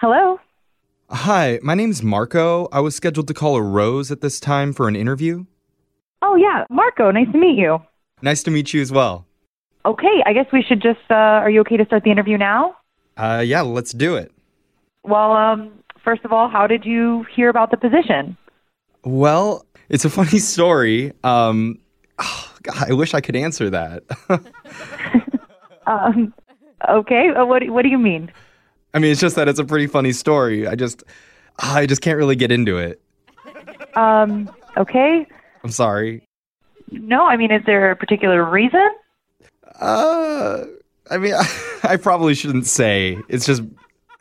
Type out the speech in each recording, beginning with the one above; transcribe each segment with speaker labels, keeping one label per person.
Speaker 1: Hello.
Speaker 2: Hi, my name's Marco. I was scheduled to call a Rose at this time for an interview.
Speaker 1: Oh, yeah. Marco, nice to meet you.
Speaker 2: Nice to meet you as well.
Speaker 1: Okay, I guess we should just, uh, are you okay to start the interview now?
Speaker 2: Uh, yeah, let's do it.
Speaker 1: Well, um, first of all, how did you hear about the position?
Speaker 2: Well, it's a funny story. Um, oh, God, I wish I could answer that.
Speaker 1: Um, okay, uh, what, what do you mean?
Speaker 2: I mean, it's just that it's a pretty funny story. I just, I just can't really get into it.
Speaker 1: Um, okay.
Speaker 2: I'm sorry.
Speaker 1: No, I mean, is there a particular reason?
Speaker 2: Uh, I mean, I, probably shouldn't say. It's just,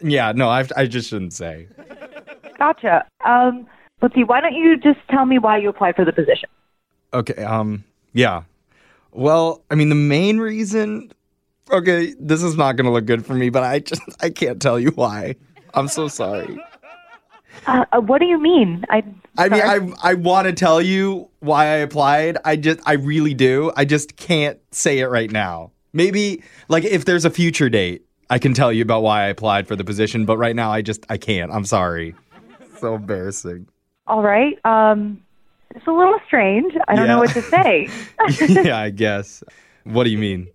Speaker 2: yeah, no, I, I just shouldn't say.
Speaker 1: Gotcha. Um, let's see, why don't you just tell me why you applied for the position?
Speaker 2: Okay. Um. Yeah. Well, I mean, the main reason. Okay, this is not going to look good for me, but I just I can't tell you why. I'm so sorry.
Speaker 1: Uh, uh, what do you mean? I,
Speaker 2: I mean, I I want to tell you why I applied. I just I really do. I just can't say it right now. Maybe like if there's a future date, I can tell you about why I applied for the position, but right now I just I can't. I'm sorry. So embarrassing.
Speaker 1: all right. Um, it's a little strange. I don't
Speaker 2: Yeah.
Speaker 1: know what to say.
Speaker 2: yeah, I guess. What do you mean?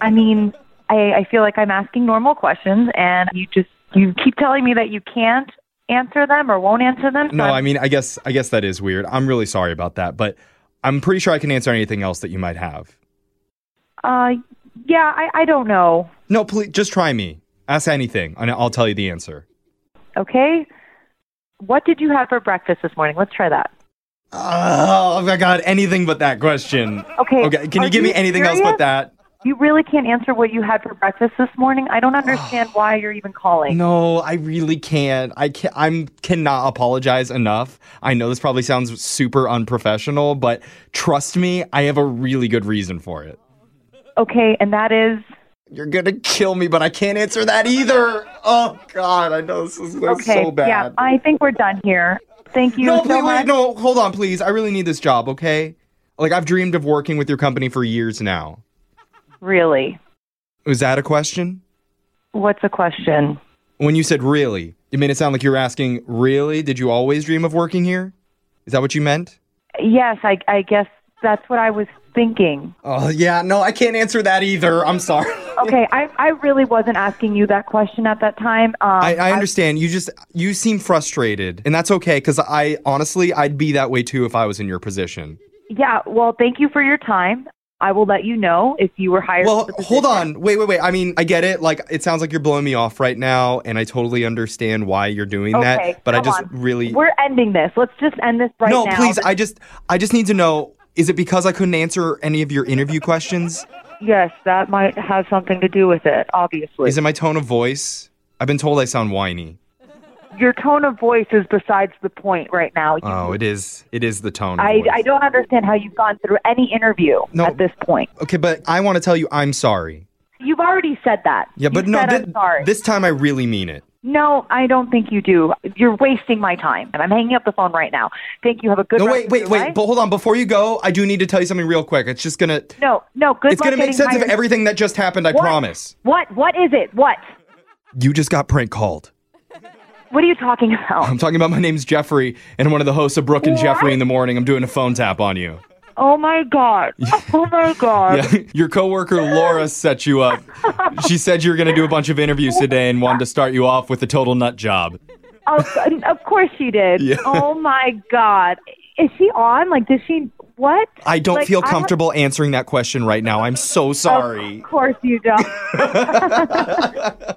Speaker 1: I mean, I, I feel like I'm asking normal questions, and you just you keep telling me that you can't answer them or won't answer them. so
Speaker 2: No,
Speaker 1: I'm-
Speaker 2: I mean, I guess I guess that is weird. I'm really sorry about that, but I'm pretty sure I can answer anything else that you might have.
Speaker 1: Uh, yeah, I, I don't know.
Speaker 2: No, please just try me. Ask anything, and I'll tell you the answer.
Speaker 1: Okay, what did you have for breakfast this morning? Let's try that.
Speaker 2: Oh my god, anything but that question.
Speaker 1: Okay.
Speaker 2: Okay, can
Speaker 1: are
Speaker 2: you give me anything else
Speaker 1: serious?
Speaker 2: but that?
Speaker 1: You really can't answer what you had for breakfast this morning. I don't understand why you're even calling.
Speaker 2: No, I really can't. I can I'm cannot apologize enough. I know this probably sounds super unprofessional, but trust me, I have a really good reason for it.
Speaker 1: Okay, and that is
Speaker 2: You're gonna kill me, but I can't answer that either. Oh God, I know this is that's
Speaker 1: okay.
Speaker 2: so bad.
Speaker 1: Yeah, I think we're done here. Thank you
Speaker 2: no,
Speaker 1: so
Speaker 2: wait,
Speaker 1: much.
Speaker 2: wait, no, hold on, please. I really need this job, okay? Like I've dreamed of working with your company for years now.
Speaker 1: Really,
Speaker 2: Was that a question?
Speaker 1: what's the question?
Speaker 2: When you said really, it made it sound like you were asking, really? Did you always dream of working here? Is that what you meant?
Speaker 1: Yes, I, I guess that's what I was thinking.
Speaker 2: Oh yeah, no, I can't answer that either. I'm sorry.
Speaker 1: Okay, I, I really wasn't asking you that question at that time. Um,
Speaker 2: I, I understand. You just you seem frustrated, and that's okay. Cause I honestly, I'd be that way too if I was in your position.
Speaker 1: Yeah, well, thank you for your time. I will let you know if you were hired.
Speaker 2: Well,
Speaker 1: for the
Speaker 2: hold
Speaker 1: position.
Speaker 2: on. Wait, wait, wait. I mean, I get it. Like, it sounds like you're blowing me off right now, and I totally understand why you're doing
Speaker 1: Okay,
Speaker 2: that. But I
Speaker 1: come
Speaker 2: just
Speaker 1: on.
Speaker 2: really
Speaker 1: We're ending this. Let's just end this right
Speaker 2: no,
Speaker 1: now.
Speaker 2: please. I just, I just need to know: is it because I couldn't answer any of your interview questions?
Speaker 1: Yes, that might have something to do with it, obviously.
Speaker 2: Is it my tone of voice? I've been told I sound whiny.
Speaker 1: Your tone of voice is besides the point right now. You-
Speaker 2: Oh, it is. It is the tone. Of
Speaker 1: I,
Speaker 2: voice.
Speaker 1: I don't understand how you've gone through any interview
Speaker 2: No.
Speaker 1: at this point.
Speaker 2: Okay, but I want to tell you I'm sorry.
Speaker 1: You've already said that.
Speaker 2: Yeah, but
Speaker 1: you
Speaker 2: no,
Speaker 1: said
Speaker 2: thi-
Speaker 1: I'm sorry.
Speaker 2: this time I really mean it.
Speaker 1: No, I don't think you do. You're wasting my time, and I'm hanging up the phone right now. Thank you. Have a good.
Speaker 2: No,
Speaker 1: rest
Speaker 2: wait,
Speaker 1: of
Speaker 2: wait,
Speaker 1: your
Speaker 2: wait.
Speaker 1: life.
Speaker 2: But hold on. Before you go, I do need to tell you something real quick. It's just gonna.
Speaker 1: no, no. Good
Speaker 2: It's
Speaker 1: luck
Speaker 2: gonna make
Speaker 1: getting
Speaker 2: sense
Speaker 1: hired.
Speaker 2: of everything that just happened. I
Speaker 1: What?
Speaker 2: promise.
Speaker 1: What? What is it? What?
Speaker 2: You just got prank called.
Speaker 1: What are you talking about?
Speaker 2: I'm talking about my name's Jeffrey, and I'm one of the hosts of Brooke and
Speaker 1: What?
Speaker 2: Jeffrey in the morning. I'm doing a phone tap on you.
Speaker 1: Oh my god. Oh my god.
Speaker 2: Yeah, your coworker Laura set you up. She said you were going to do a bunch of interviews today and wanted to start you off with a total nut job.
Speaker 1: Of, of course she did.
Speaker 2: Yeah.
Speaker 1: Oh my god. Is she on? Like, does she? What?
Speaker 2: I don't
Speaker 1: Like,
Speaker 2: feel
Speaker 1: I-
Speaker 2: comfortable answering that question right now. I'm so sorry.
Speaker 1: Of course you don't.